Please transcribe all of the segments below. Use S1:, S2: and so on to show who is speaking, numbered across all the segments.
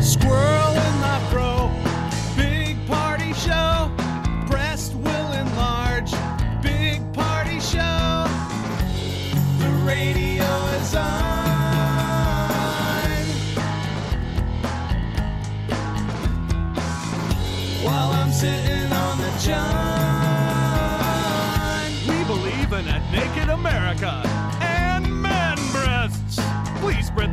S1: Squirrel in the fro, big party show. Breast will enlarge, big party show. The radio is on. While I'm sitting on the john. We believe in a naked America and man breasts. Please spread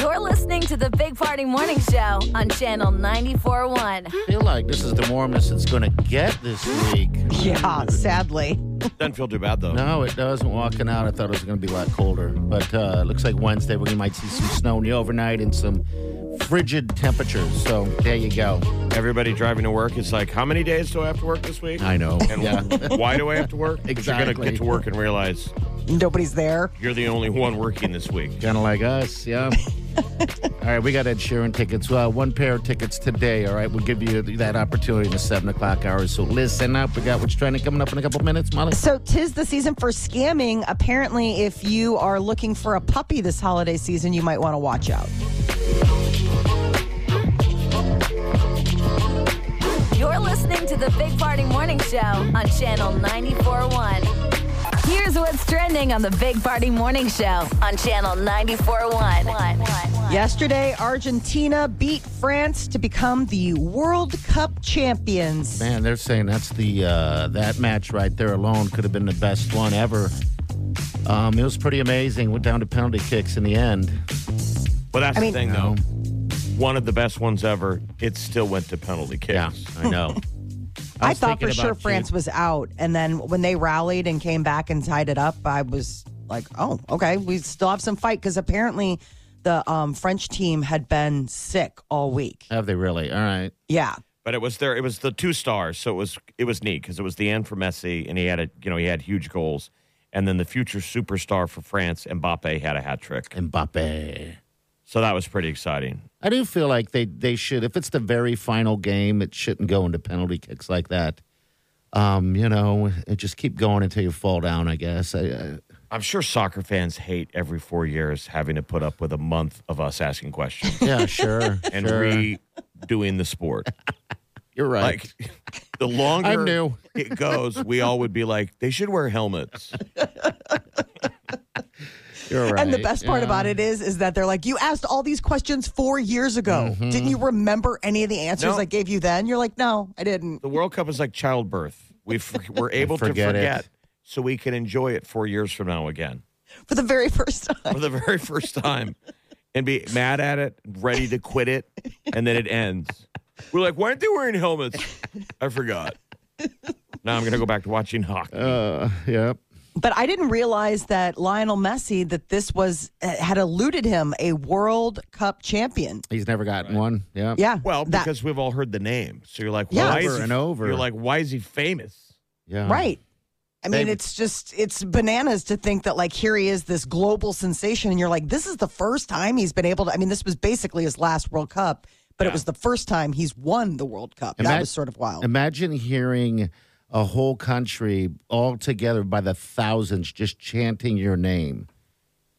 S2: You're listening to the Big Party Morning Show on Channel 94.1.
S3: feel like this is the warmest it's going to get this week.
S4: Yeah, sadly.
S5: Doesn't feel too bad though.
S3: No, it doesn't. Walking out, I thought it was going to be a lot colder. But uh, it looks like Wednesday we might see some snow in the overnight and some frigid temperatures. So there you go.
S5: Everybody driving to work, it's like, how many days do I have to work this week?
S3: I know.
S5: And
S3: yeah.
S5: why do I have to work? 'Cause You're
S3: Exactly.
S5: gonna get to work and realize
S4: Nobody's there.
S5: you're the only one working this week.
S3: kind of like us. Yeah. all right, we got Ed Sheeran tickets. Uh, one pair of tickets today. All right, we'll give you that opportunity in the seven o'clock hour. So listen up. We got what's trending coming up in a couple minutes, Molly.
S4: So, tis the season for scamming. Apparently, if you are looking for a puppy this holiday season, you might want to watch out.
S2: You're listening to the Big Party Morning Show on Channel 94.1. Here's what's trending on the Big Party Morning Show on Channel 94.1.
S4: Yesterday, Argentina beat France to become the World Cup champions.
S3: Man, they're saying that's the uh, that match right there alone could have been the best one ever. Um, it was pretty amazing. Went down to penalty kicks in the end.
S5: But that's
S4: I mean-
S5: the thing though. One of the best ones ever. It still went to penalty kicks.
S3: Yeah, I know.
S4: I,
S3: was
S4: thought for
S3: thinking
S4: sure
S3: about you.
S4: France was out. And then when they rallied and came back and tied it up, I was like, oh, okay, we still have some fight because apparently the um, French team had been sick all week.
S3: Have they really? All right.
S4: Yeah.
S5: But it was there. It was the two stars, so it was it was neat because it was the end for Messi, and he had a you know he had huge goals, and then the future superstar for France, Mbappe, had a hat trick.
S3: Mbappe.
S5: So that was pretty exciting.
S3: I do feel like they, they should, if it's the very final game, it shouldn't go into penalty kicks like that. Um, you know, it just keep going until you fall down, I guess. I, I,
S5: I'm sure soccer fans hate every four years having to put up with a month of us asking questions
S3: yeah, sure.
S5: and
S3: sure.
S5: redoing the sport.
S3: You're right.
S5: Like the longer
S3: I knew.
S5: it goes, we all would be like, they should wear helmets.
S3: You're right.
S4: And the best part
S3: yeah.
S4: about it is, is that they're like, you asked all these questions four years ago. Didn't you remember any of the answers
S5: No.
S4: I gave you then? You're like, no, I didn't.
S5: The World Cup is like childbirth. We for, we're able
S3: Forget
S5: to
S3: it.
S5: forget, so we can enjoy it four years from now again
S4: For the very first time.
S5: for the very first time, and be mad at it, ready to quit it, and then it ends. We're like, why aren't they wearing helmets? I forgot. Now I'm gonna go back to watching hockey.
S3: Uh, yep.
S4: But I didn't realize that Lionel Messi, that this was, eh, had eluded him a World Cup champion.
S3: He's never gotten one. Yeah.
S4: Yeah.
S5: Well,
S4: that-
S5: because we've all heard the name, so you're like,
S4: Yeah.
S5: why is
S3: Over
S5: he-
S3: and over.
S5: You're like, why is he famous?
S3: Yeah.
S4: Right. I mean,
S3: uh, They-
S4: it's just, it's bananas to think that, like, here he is, this global sensation, and you're like, this is the first time he's been able to. I mean, this was basically his last World Cup, but it was the first time he's won the World Cup. that
S3: Imag-
S4: was sort of wild.
S3: Imagine hearing a whole country all together by the thousands just chanting your name.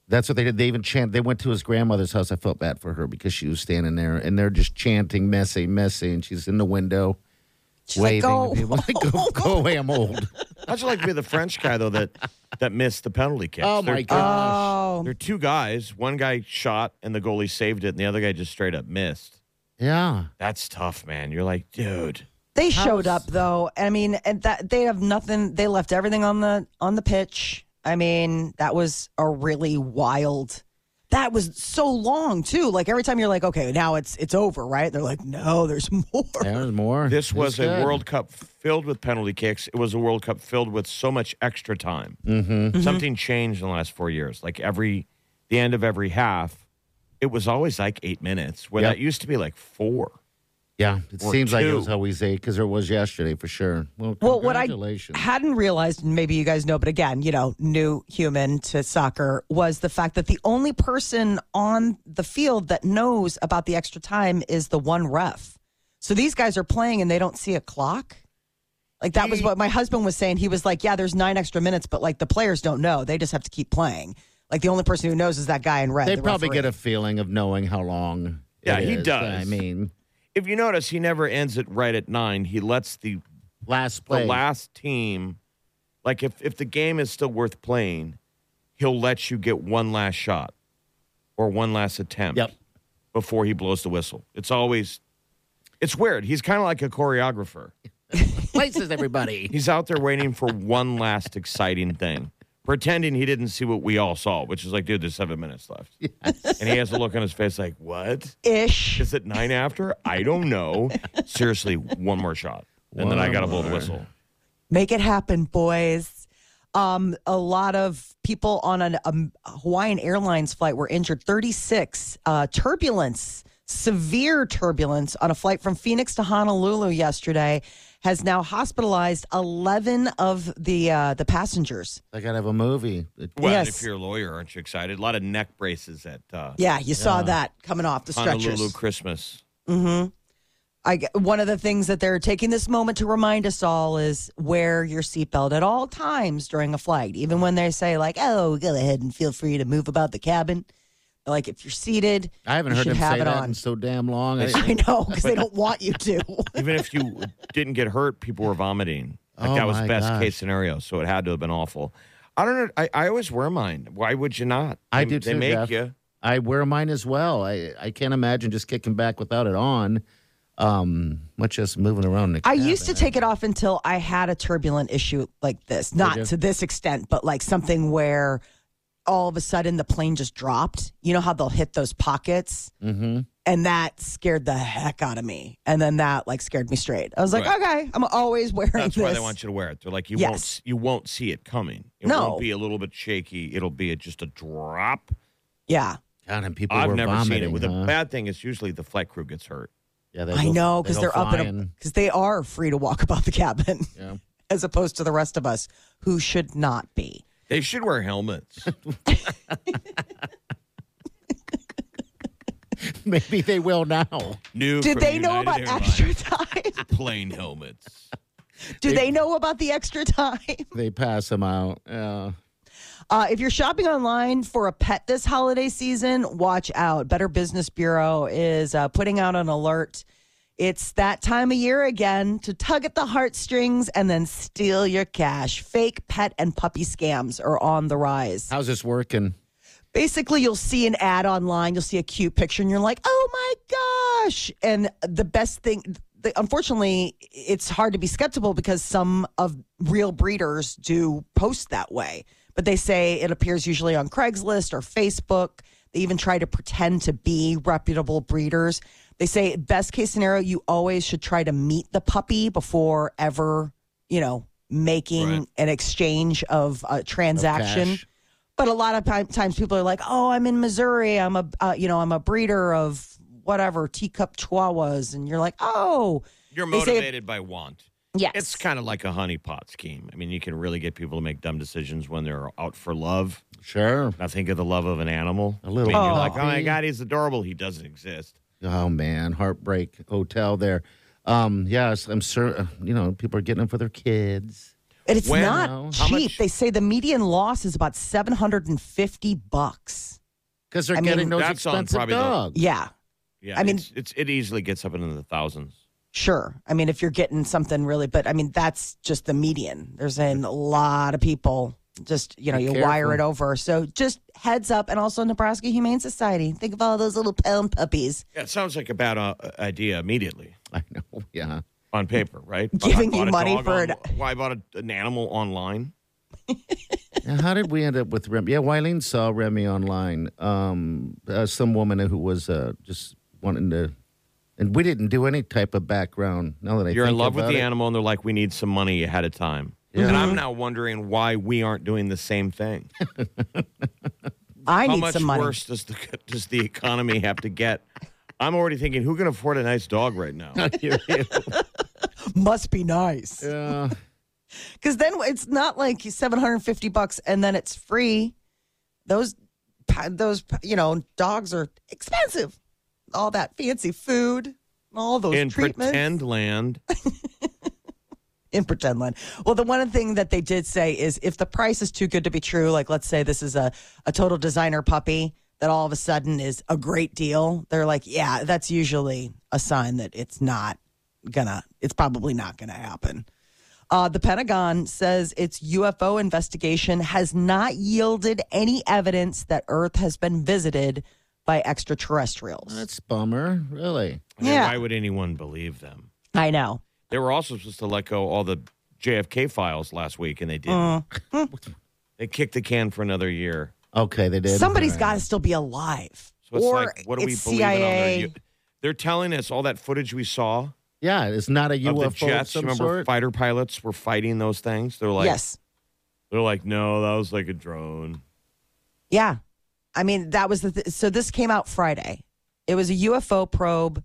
S3: That's what they did. They even chant. They went to his grandmother's house. I felt bad for her because she was standing there, and they're just chanting "Messi, Messi," and she's in the window
S4: She's like, "Oh,
S3: waving.
S4: "Go."
S3: to people. Like, go, go away! I'm old.
S5: How'd you like to be the French guy though that that missed the penalty kick?
S3: Oh my gosh!
S4: oh."
S5: There are two guys. One guy shot and the goalie saved it, and the other guy just straight up missed.
S3: Yeah.
S5: That's tough, man. You're like, dude.
S4: They showed up though. I mean, and that they have nothing. They left everything on the on the pitch. I mean, that was a really wild. That was so long too. Like every time you're like, okay, now it's it's over, right? They're like, no, there's more.
S3: There's more.
S5: This was
S3: It's
S5: a
S3: good.
S5: World Cup filled with penalty kicks. It was a World Cup filled with so much extra time. Mm-hmm. Something changed in the last four years. Like every, the end of every half, it was always like eight minutes, where
S3: Yep.
S5: that used to be like four.
S3: Yeah. It
S5: Or
S3: seems like it
S5: two.
S3: was always eight because there was yesterday for sure. Well,
S4: Well, what I
S3: congratulations.
S4: hadn't realized, and maybe you guys know, but again, you know, new human to soccer was the fact that the only person on the field that knows about the extra time is the one ref. So these guys are playing and they don't see a clock. Like that was what my husband was saying. He was like, "Yeah, there's nine extra minutes, but like the players don't know. They just have to keep playing. Like the only person who knows is that guy in red.
S3: They
S4: the
S3: probably
S4: referee.
S3: get a feeling of knowing how long. it
S5: Yeah, he
S3: is.
S5: does.
S3: I mean,
S5: If you notice, he never ends it right at nine. He lets the
S3: last
S5: the
S3: play.
S5: last team, like if if the game is still worth playing, he'll let you get one last shot or one last attempt
S3: Yep.
S5: before he blows the whistle. It's always it's weird. He's kind of like a choreographer.
S3: places everybody.
S5: He's out there waiting for one last exciting thing, pretending he didn't see what we all saw, which is like, dude, there's seven minutes left. And he has a look on his face like, what?
S4: ish.
S5: Is it nine after? I don't know. Seriously, one more shot. And then I
S3: One
S5: got to blow the
S3: more.
S5: whistle.
S4: Make it happen, boys. Um, a lot of people on an, um, Hawaiian Airlines flight were injured. 36 uh, turbulence, severe turbulence on a flight from Phoenix to Honolulu yesterday has now hospitalized 11 of the uh, the passengers.
S3: I gotta have a movie. It-
S5: Well, and
S4: Yes.
S5: if you're a lawyer, aren't you excited? A lot of neck braces at uh,
S4: Yeah, you saw that coming off the stretchers.
S5: Honolulu Christmas.
S4: I g one of the things that they're taking this moment to remind us all is wear your seatbelt at all times during a flight, even when they say like, "Oh, go ahead and feel free to move about the cabin." Like if you're seated,
S3: I haven't
S4: you
S3: heard
S4: should
S3: him
S4: have
S3: say
S4: it
S3: that
S4: on.
S3: in so damn long. I-
S4: I know because they don't want you to.
S5: Even if you didn't get hurt, people were vomiting. Like
S3: Oh,
S5: that was
S3: my
S5: best
S3: gosh.
S5: case scenario, so it had to have been awful. I don't know. I, I always wear mine. Why would you not?
S3: I
S5: They-
S3: do too.
S5: They make
S3: Jeff.
S5: you.
S3: I wear mine as well. I, I can't imagine just kicking back without it on, um, much as moving around. in the
S4: I
S3: cabin.
S4: used to take it off until I had a turbulent issue like this, not to this extent, but like something where all of a sudden the plane just dropped. You know how they'll hit those pockets?
S3: Mhm.
S4: And that scared the heck out of me. And then that like scared me straight. I was like,
S5: Right.
S4: okay, I'm always wearing
S5: That's
S4: this.
S5: why they want you to wear it. They're like, you won't.
S4: Yes.
S5: You won't see it coming. It
S4: No.
S5: won't be a little bit shaky. It'll be a, just a drop.
S4: yeah.
S3: God, and people
S5: I've
S3: were
S5: never
S3: vomiting,
S5: seen it. With
S3: huh?
S5: a bad thing is usually the flight crew gets hurt.
S3: Yeah, they
S4: I
S3: go-
S4: know
S3: they
S4: because
S3: go
S4: they're up and
S3: flying.
S4: because they are free to walk about the cabin
S3: Yeah.
S4: as opposed to the rest of us who should not be.
S5: They should wear helmets.
S3: Maybe they will now.
S5: New.
S4: Did
S5: from
S4: they know
S5: United
S4: about
S5: Airlines.
S4: extra time?
S5: Plain helmets.
S4: Do they know about the extra time?
S3: They pass them out. Yeah.
S4: Uh, if you're shopping online for a pet this holiday season, watch out. Better Business Bureau is uh, putting out an alert. It's that time of year again to tug at the heartstrings and then steal your cash. Fake pet and puppy scams are on the rise.
S3: How's this working?
S4: Basically, you'll see an ad online, you'll see a cute picture, and you're like, oh my gosh. And the best thing, the, unfortunately, it's hard to be skeptical because some of real breeders do post that way. But they say it appears usually on Craigslist or Facebook. They even try to pretend to be reputable breeders. They say, best case scenario, you always should try to meet the puppy before ever, you know, making
S5: Right.
S4: an exchange of a transaction
S3: cash.
S4: but a lot of time, times people are like, "Oh, I'm in Missouri. I'm a uh, you know I'm a breeder of whatever teacup chihuahuas," and you're like, "Oh,
S5: You're
S4: They say-
S5: motivated by want.
S4: yes,
S5: It's kind of like a honeypot scheme. I mean, you can really get people to make dumb decisions when they're out for love.
S3: Sure.
S5: And I think of the love of an animal.
S3: A little
S5: I mean, you're
S4: Oh.
S5: like, oh my god, he's adorable. He doesn't exist.
S3: Oh man, heartbreak hotel there. Um, yes, I'm sure. uh, You know, people are getting them for their kids.
S4: and it's
S5: Well,
S4: not
S5: how
S4: cheap.
S5: much-
S4: They say the median loss is about seven hundred and fifty bucks.
S3: Because they're
S4: I mean-
S3: getting those
S5: That's on
S3: expensive
S5: probably the-
S3: dogs.
S4: Yeah,
S5: Yeah,
S4: I mean-
S5: it's, it's it easily gets up into the thousands.
S4: sure. I mean, if you're getting something really, but I mean that's just the median. There's in a lot of people just you know
S3: Be
S4: you
S3: careful.
S4: wire it over. So just heads up, and also Nebraska Humane Society. Think of all those little pound puppies
S5: Yeah, it sounds like a bad uh, idea immediately
S3: I know. Yeah.
S5: on paper, right?
S4: Giving
S5: I bought
S4: you
S5: a
S4: money
S5: dog
S4: for
S5: on-
S4: an-
S5: Why I bought a, an animal online?
S3: Now, how did we end up with Remy? Yeah, Wileen saw Remy online. Um, uh, some woman who was uh, just wanting to, and we didn't do any type of background. Now that I
S5: You're in
S3: think
S5: love with
S3: about
S5: the
S3: it. Mm-hmm.
S5: animal, and they're like, "We need some money ahead of time." And I'm now wondering why we aren't doing the same thing.
S4: I
S5: How
S4: need
S5: much
S4: some money.
S5: worse does the does the economy have to get? I'm already thinking, who can afford a nice dog right now?
S4: Must be nice.
S3: Yeah.
S4: Because then it's not like seven hundred fifty bucks, and then it's free. Those, pa- those you know, dogs are expensive. All that fancy food, all those
S5: in
S4: treatments
S5: pretend land,
S4: in pretend land. Well, the one thing that they did say is if the price is too good to be true, like let's say this is a a total designer puppy that all of a sudden is a great deal, they're like, yeah, that's usually a sign that it's not gonna, it's probably not gonna happen. Uh, the Pentagon says its UFO investigation has not yielded any evidence that Earth has been visited by extraterrestrials.
S3: That's a bummer. Really.
S5: I mean,
S4: Yeah.
S5: why would anyone believe them?
S4: I know.
S5: They were also supposed to let go all the JFK files last week, and they didn't.
S4: Uh-huh.
S5: they kicked the can for another year.
S3: Okay, they did.
S4: Somebody's
S3: All
S4: got to still be alive.
S5: So it's
S4: or
S5: like, what do we
S4: it's
S5: believe
S4: CIA.
S5: in on their? U- They're telling us all that footage we saw
S3: Yeah, it's not a
S5: of
S3: UFO
S5: the
S3: of
S5: jets.
S3: some
S5: Remember,
S3: sort.
S5: fighter pilots were fighting those things. They're like,
S4: yes.
S5: they're like, no, that was like a drone.
S4: Yeah. I mean, that was the th- so this came out Friday. It was a UFO probe.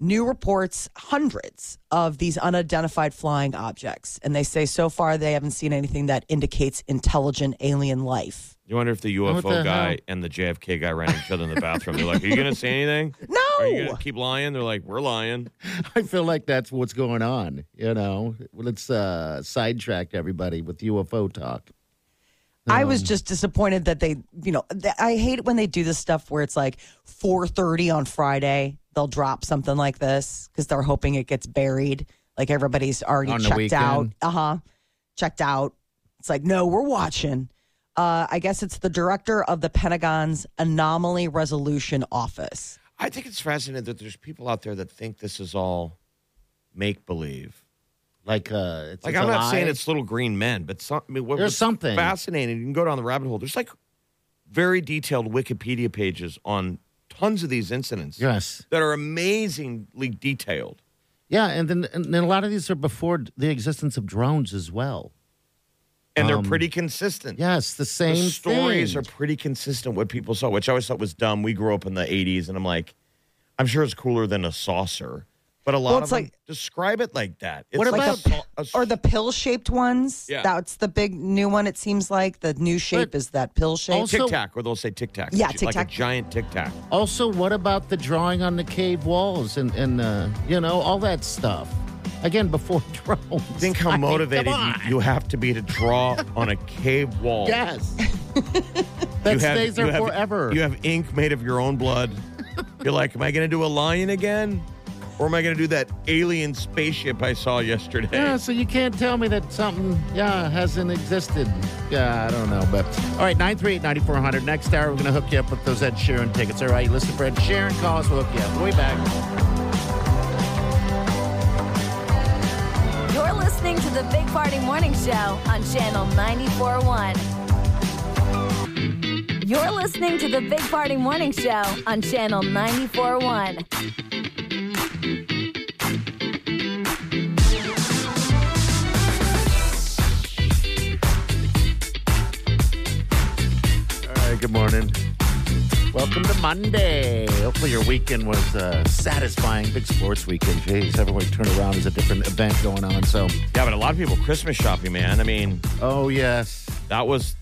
S4: New reports, hundreds of these unidentified flying objects. And they say so far they haven't seen anything that indicates intelligent alien life.
S5: You wonder if the
S3: What
S5: UFO
S3: the
S5: guy
S3: hell?
S5: and the JFK guy ran each other in the bathroom. They're like, "Are you gonna say anything?
S4: No.
S5: Are you gonna keep lying?" They're like, "We're lying."
S3: I feel like that's what's going on. You know, let's uh, sidetrack everybody with UFO talk.
S4: I
S3: Um,
S4: was just disappointed that they, you know, th- I hate it when they do this stuff where it's like 4:30 on Friday, they'll drop something like this cuz they're hoping it gets buried, like everybody's already
S3: On the
S4: checked out.
S3: weekend.
S4: Uh-huh. Checked out. It's like, "No, we're watching." Uh, I guess it's the director of the Pentagon's Anomaly Resolution Office.
S5: I think it's fascinating that there's people out there that think this is all make believe.
S3: Like, uh, it's,
S5: Like
S3: it's
S5: I'm
S3: a
S5: not
S3: lie.
S5: saying it's little green men, but some, I mean, what,
S3: There's
S5: what's
S3: something.
S5: fascinating. You can go down the rabbit hole. There's like very detailed Wikipedia pages on tons of these incidents
S3: yes.
S5: that are amazingly detailed.
S3: Yeah, and then and then a lot of these are before the existence of drones as well.
S5: and they're pretty consistent.
S3: Yes, the
S5: the
S3: Um, same
S5: stories
S3: thing.
S5: are pretty consistent. What people saw, which I always thought was dumb. We grew up in the '80s, and I'm like, I'm sure it's cooler than a saucer, but a lot
S4: Well,
S5: of
S4: it's
S5: them
S4: like-
S5: describe it like that. It's
S3: What
S5: like
S3: about-
S5: a, a,
S4: Or the pill-shaped ones.
S5: Yeah.
S4: That's the big new one it seems like. The new shape is that pill shape.
S3: also-
S5: tic tac, or they'll say tic tac.
S4: Yeah,
S5: like a
S4: tic-tac.
S5: giant tic tac.
S3: Also, what about the drawing on the cave walls and and uh, you know all that stuff? Again, before drones.
S5: Think how
S3: I mean,
S5: motivated
S3: come
S5: you,
S3: on.
S5: you have to be to draw on a cave wall.
S3: Yes.
S5: You
S3: that
S5: have-
S3: stays
S5: you
S3: there
S5: have-
S3: forever.
S5: You have ink made of your own blood. You're like, am I going to do a lion again, or am I going to do that alien spaceship I saw yesterday?
S3: yeah, so you can't tell me that something, yeah, hasn't existed. Yeah, I don't know, but all right, 938-9400. Next hour, we're gonna hook you up with those Ed Sheeran tickets. All right, you listen for Ed Sheeran calls. We'll hook you up. We'll be back.
S2: You're listening to the Big Party Morning Show on Channel 94.1. You're listening to the Big Party Morning Show on Channel 94.1.
S3: All right, good morning. Welcome to Monday. Hopefully, your weekend was uh, satisfying. Big sports weekend. Jeez, everywhere you turn around, there's a different event going on. So,
S5: Yeah, but a lot of people Christmas shopping, man. I mean,
S3: oh, yes.
S5: that was,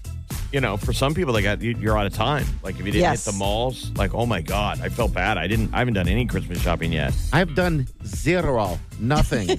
S5: you know, for some people, they got you- you're out of time. Like if you didn't
S4: Yes.
S5: hit the malls, like oh my god, I felt bad. I didn't. I haven't done any Christmas shopping yet.
S3: I've done zero, nothing.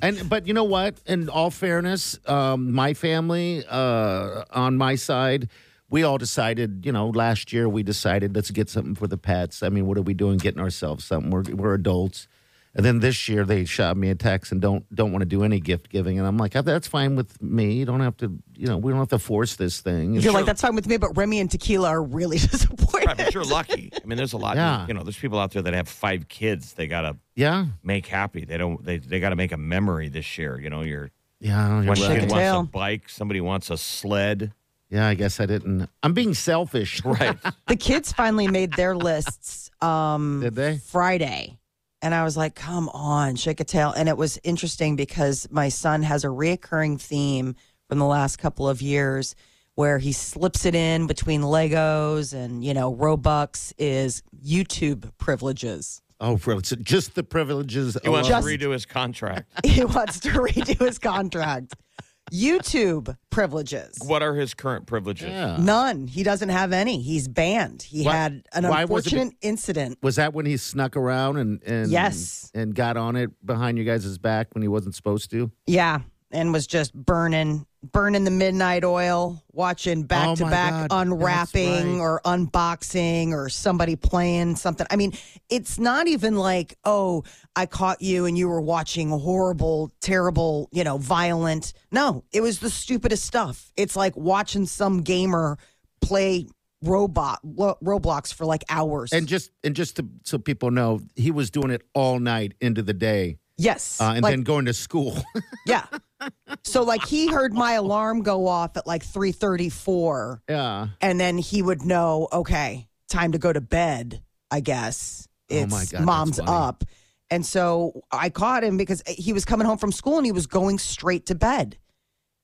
S3: and but you know what? In all fairness, um, my family uh, on my side, we all decided. You know, last year we decided let's get something for the pets. I mean, what are we doing? Getting ourselves something. We're we're adults. And then this year they shot me a text and don't don't want to do any gift giving. And I'm like, "Oh, that's fine with me. You don't have to, you know, we don't have to force this thing.
S4: You're like, that's fine with me, but Remy and Tequila are really disappointed.
S5: Right, but you're lucky. I mean, there's a lot.
S3: Yeah.
S5: You know, there's people out there that have five kids. They gotta
S3: yeah,
S5: make happy. They don't. They they gotta make a memory this year. You know, you're
S3: yeah, you're
S5: one
S3: right.
S4: Shake a
S5: kid wants
S4: tail.
S5: a bike. Somebody wants a sled.
S3: yeah. I guess I didn't. I'm being selfish.
S5: Right.
S4: the kids finally made their lists um
S3: Did they?
S4: friday and i was like come on shake a tail and it was interesting because my son has a reoccurring theme from the last couple of years where he slips it in between legos and you know robux is youtube privileges
S3: Oh, for it's just the privileges.
S5: He wants
S4: Oh, Just-
S5: to redo his contract.
S4: he wants to redo his contract youtube privileges
S5: what are his current privileges?
S3: yeah.
S4: none he doesn't have any he's banned he
S3: Oh. Why-
S4: had an
S3: why was it-
S4: unfortunate incident
S3: Was that when he snuck around and, and
S4: Yes.
S3: and got on it behind you guys' back when he wasn't supposed to?
S4: Yeah, and was just burning, burning the midnight oil, watching back to
S3: Oh my
S4: back
S3: God,
S4: unwrapping
S3: that's right.
S4: or unboxing or somebody playing something. I mean, it's not even like, oh, I caught you and you were watching horrible, terrible, you know, violent. No, it was the stupidest stuff. It's like watching some gamer play robot Lo- Roblox for like hours.
S3: And just and just to, so people know, he was doing it all night into the day,
S4: yes,
S3: uh, and
S4: like
S3: then going to school.
S4: Yeah. So like he heard my alarm go off at like 3:34
S3: yeah.
S4: and then he would know, okay, time to go to bed, I guess.
S3: Oh,
S4: It's
S3: my God, that's
S4: mom's
S3: funny.
S4: up. And so I caught him because he was coming home from school and he was going straight to bed.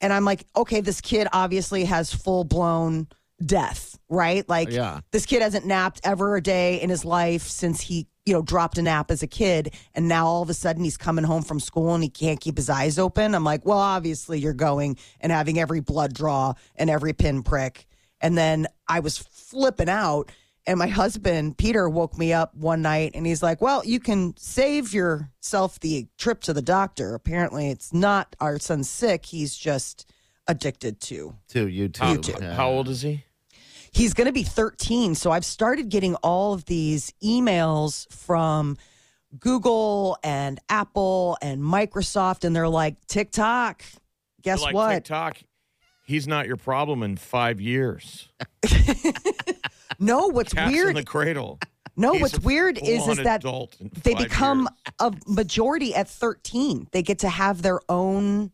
S4: And I'm like, okay, this kid obviously has full blown death, right? Like
S3: Yeah.
S4: this kid hasn't napped ever a day in his life since he, you know, dropped a nap as a kid. And now all of a sudden he's coming home from school and he can't keep his eyes open. I'm like, well, obviously you're going and having every blood draw and every pinprick. And then I was flipping out. And my husband, Peter, woke me up one night and he's like, Well, you can save yourself the trip to the doctor. Apparently, it's not our son's sick. He's just addicted to.
S3: To you too.
S5: How,
S3: Yeah.
S5: how old is he?
S4: He's going to be 13. So I've started getting all of these emails from Google and Apple and Microsoft, and they're like, TikTok, guess
S5: like
S4: what?
S5: TikTok. He's not your problem in five years.
S4: No, what's
S5: Cats in
S4: weird?
S5: the cradle.
S4: no,
S5: He's
S4: what's
S5: a
S4: weird is is
S5: full-on
S4: that
S5: adult in
S4: they
S5: five
S4: become
S5: years.
S4: a majority at 13 they get to have their own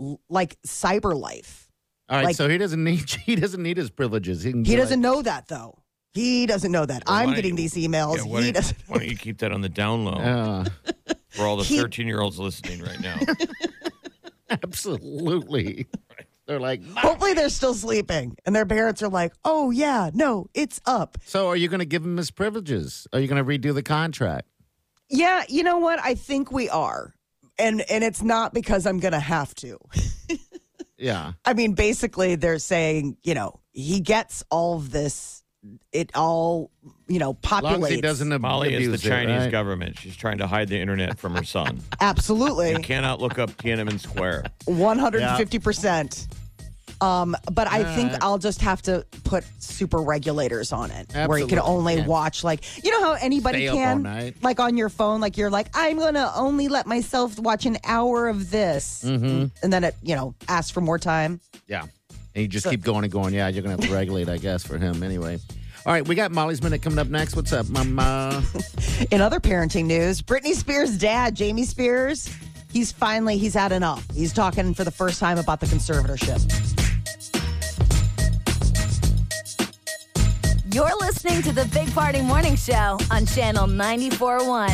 S4: l- like cyber life
S3: All right,
S4: Like-
S3: so he doesn't need he doesn't need his privileges. He, can
S4: he
S3: be
S4: doesn't
S3: like-
S4: know that though he doesn't know that
S5: Well, why
S4: i'm
S5: don't
S4: getting
S5: you-
S4: these
S5: Yeah,
S4: emails
S5: why,
S4: he
S5: don't you,
S4: doesn't
S5: why don't you keep that on the down low
S3: Yeah,
S5: for all the
S4: he-
S5: 13 year olds listening right now?
S3: absolutely. They're like,
S4: hopefully they're still sleeping and their parents are like oh yeah no it's up
S3: so are you going to give him his privileges? Are you going to redo the contract?
S4: yeah you know what i think we are and and it's not because i'm gonna have to
S3: Yeah,
S4: I mean, basically, they're saying, you know, he gets all of this. It all, you know, populates.
S3: as long as he doesn't ab-
S5: Molly is
S3: abuse
S5: the
S3: it,
S5: Chinese
S3: right?
S5: government. She's trying to hide the internet from her son. You
S4: Absolutely,
S5: cannot look up Tiananmen Square.
S4: one hundred and fifty percent. Um, but I think
S3: Alright.
S4: I'll just have to put super regulators on it, where you can
S3: Absolutely,
S4: only
S3: yeah.
S4: watch like you know how anybody
S3: Stay up all
S4: can,
S3: night.
S4: like on your phone, like you're like I'm gonna only let myself watch an hour of this, and then it you know asks for more time.
S3: Yeah, and you just keep going and going. Yeah, you're going to have to regulate, I guess, for him anyway. All right, we got Molly's minute coming up next. What's up, Mama?
S4: In other parenting news, Britney Spears' dad, Jamie Spears, he's finally he's had enough. He's talking for the first time about the conservatorship.
S2: You're listening to the Big Party Morning Show on Channel 941.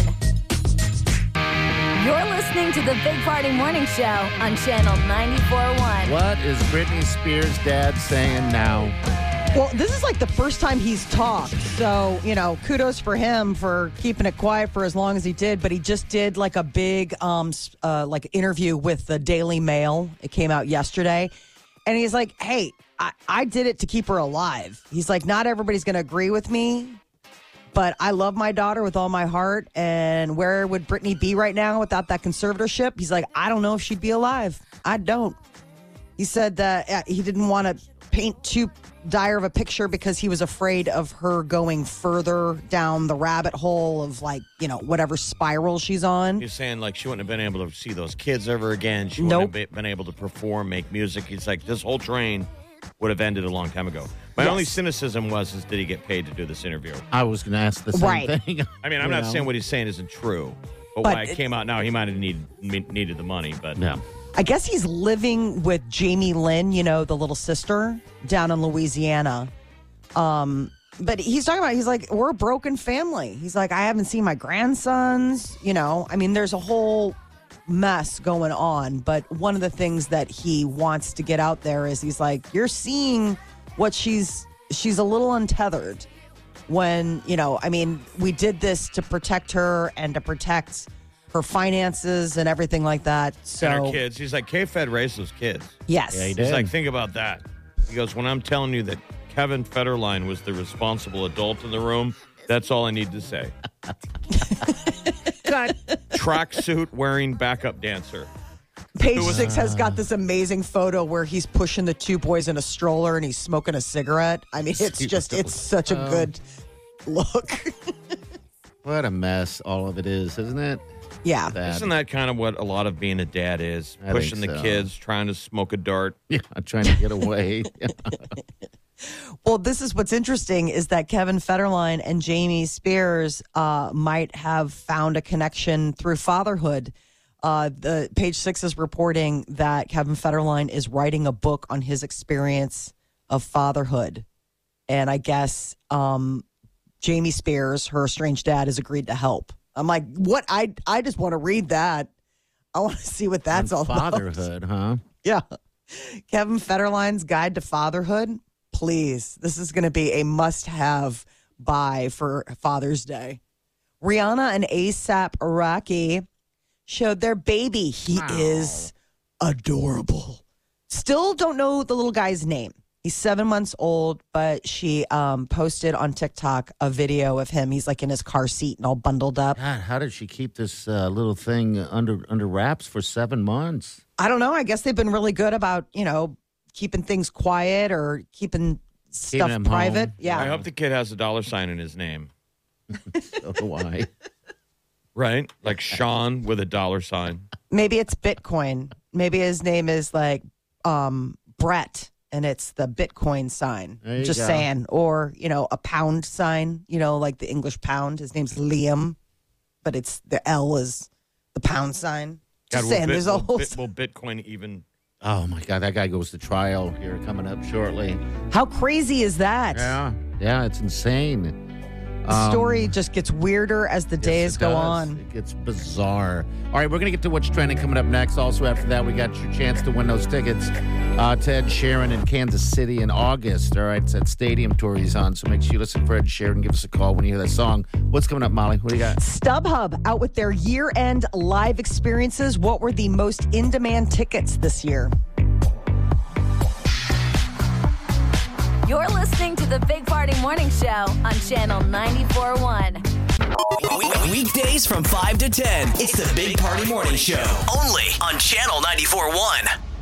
S2: You're listening to the Big Party Morning Show on Channel 941.
S3: what is Britney Spears' dad saying now?
S4: Well, this is like the first time he's talked. So, you know, kudos for him for keeping it quiet for as long as he did, but he just did like a big um s- uh, like interview with the Daily Mail. It came out yesterday. And he's like, "Hey, I, I did it to keep her alive." He's like, "Not everybody's going to agree with me, but I love my daughter with all my heart. And where would Brittany be right now without that conservatorship? He's like, I don't know if she'd be alive. I don't. He said that uh, he didn't want to paint too dire of a picture because he was afraid of her going further down the rabbit hole of like, you know, whatever spiral she's on.
S5: You're saying like she wouldn't have been able to see those kids ever again. She
S4: Nope.
S5: wouldn't have be- been able to perform, make music. He's like, this whole train would have ended a long time ago. My only cynicism was, is did he get paid to do this interview?
S3: I was going to ask the same
S4: Right.
S3: thing.
S5: I mean,
S3: You
S5: I'm not
S3: know?
S5: saying what he's saying isn't true, but,
S4: But
S5: why it
S4: it-
S5: came out now, he might have need, me- needed the money. But
S3: No.
S4: I guess he's living with Jamie Lynn, you know, the little sister down in Louisiana. Um, but he's talking about, he's like, we're a broken family. He's like, I haven't seen my grandsons, you know. I mean, there's a whole mess going on. But one of the things that he wants to get out there is he's like, you're seeing what she's, she's a little untethered when you know i mean we did this to protect her and to protect her finances and everything like that so
S5: and her kids, he's like, K-Fed raised those kids.
S4: Yes.
S3: Yeah, he did.
S5: He's like, think about that. He goes, when I'm telling you that Kevin Federline was the responsible adult in the room, that's all I need to say. Cut. Tracksuit wearing backup dancer.
S4: Page
S5: Who was-
S4: six has
S3: Ah.
S4: got this amazing photo where he's pushing the two boys in a stroller and he's smoking a cigarette. I mean, it's just, it's such
S3: Oh.
S4: a good look.
S3: What a mess all of it is, isn't it?
S4: yeah.
S3: Bad.
S5: Isn't that kind of what a lot of being a dad is?
S3: I think
S5: Pushing the
S3: so.
S5: kids, trying to smoke a dart.
S3: Yeah, I'm trying to get away. Yeah.
S4: Well, this is what's interesting is that Kevin Federline and Jamie Spears uh, might have found a connection through fatherhood. Uh, the page six is reporting that Kevin Federline is writing a book on his experience of fatherhood, and I guess um, Jamie Spears, her estranged dad, has agreed to help. I'm like, what? I I just want to read that. I want to see what that's
S3: On
S4: all about.
S3: fatherhood, huh?
S4: Yeah. Kevin Federline's Guide to Fatherhood. Please, this is going to be a must have buy for Father's Day. Rihanna and ASAP Rocky showed their baby. He is adorable. Still don't know the little guy's name. He's seven months old, but she um, posted on TikTok a video of him. He's like in his car seat and all bundled up.
S3: God, how did she keep this uh, little thing under under wraps for seven months?
S4: I don't know. I guess they've been really good about you know keeping things quiet or keeping stuff
S3: them
S4: private.
S3: home.
S4: Yeah,
S5: I hope the kid has a dollar sign in his name.
S3: So do I.
S5: Right? Like Sean with a dollar sign.
S4: maybe it's Bitcoin. Maybe his name is like um, Brett, and it's the Bitcoin sign.
S3: There you
S4: Just
S3: go.
S4: saying, or you know, a pound sign. You know, like the English pound. His name's Liam, but it's the L is the pound sign. Just
S5: will
S4: saying,
S5: Bit-
S4: there's a
S5: will
S4: whole.
S5: Bit- will Bitcoin even
S3: Oh my God, that guy goes to trial here coming up shortly.
S4: How crazy is that?
S3: Yeah, yeah, it's insane.
S4: The story just gets weirder as the days
S3: Yes, it
S4: go
S3: does.
S4: on.
S3: It gets bizarre. All right, we're going to get to what's trending coming up next. Also, after that, we got your chance to win those tickets. Uh, to Ed Sharon in Kansas City in August. All right, it's that stadium tour he's on. So make sure you listen for Ed Sharon. Give us a call when you hear that song. What's coming up, Molly? What do you got?
S4: StubHub out with their year end live experiences. What were the most in demand tickets this year?
S2: You're listening to the Big Party Morning Show on Channel 94.1.
S6: Weekdays from 5 to 10. It's the Big Party Morning Show. Only on Channel 94.1.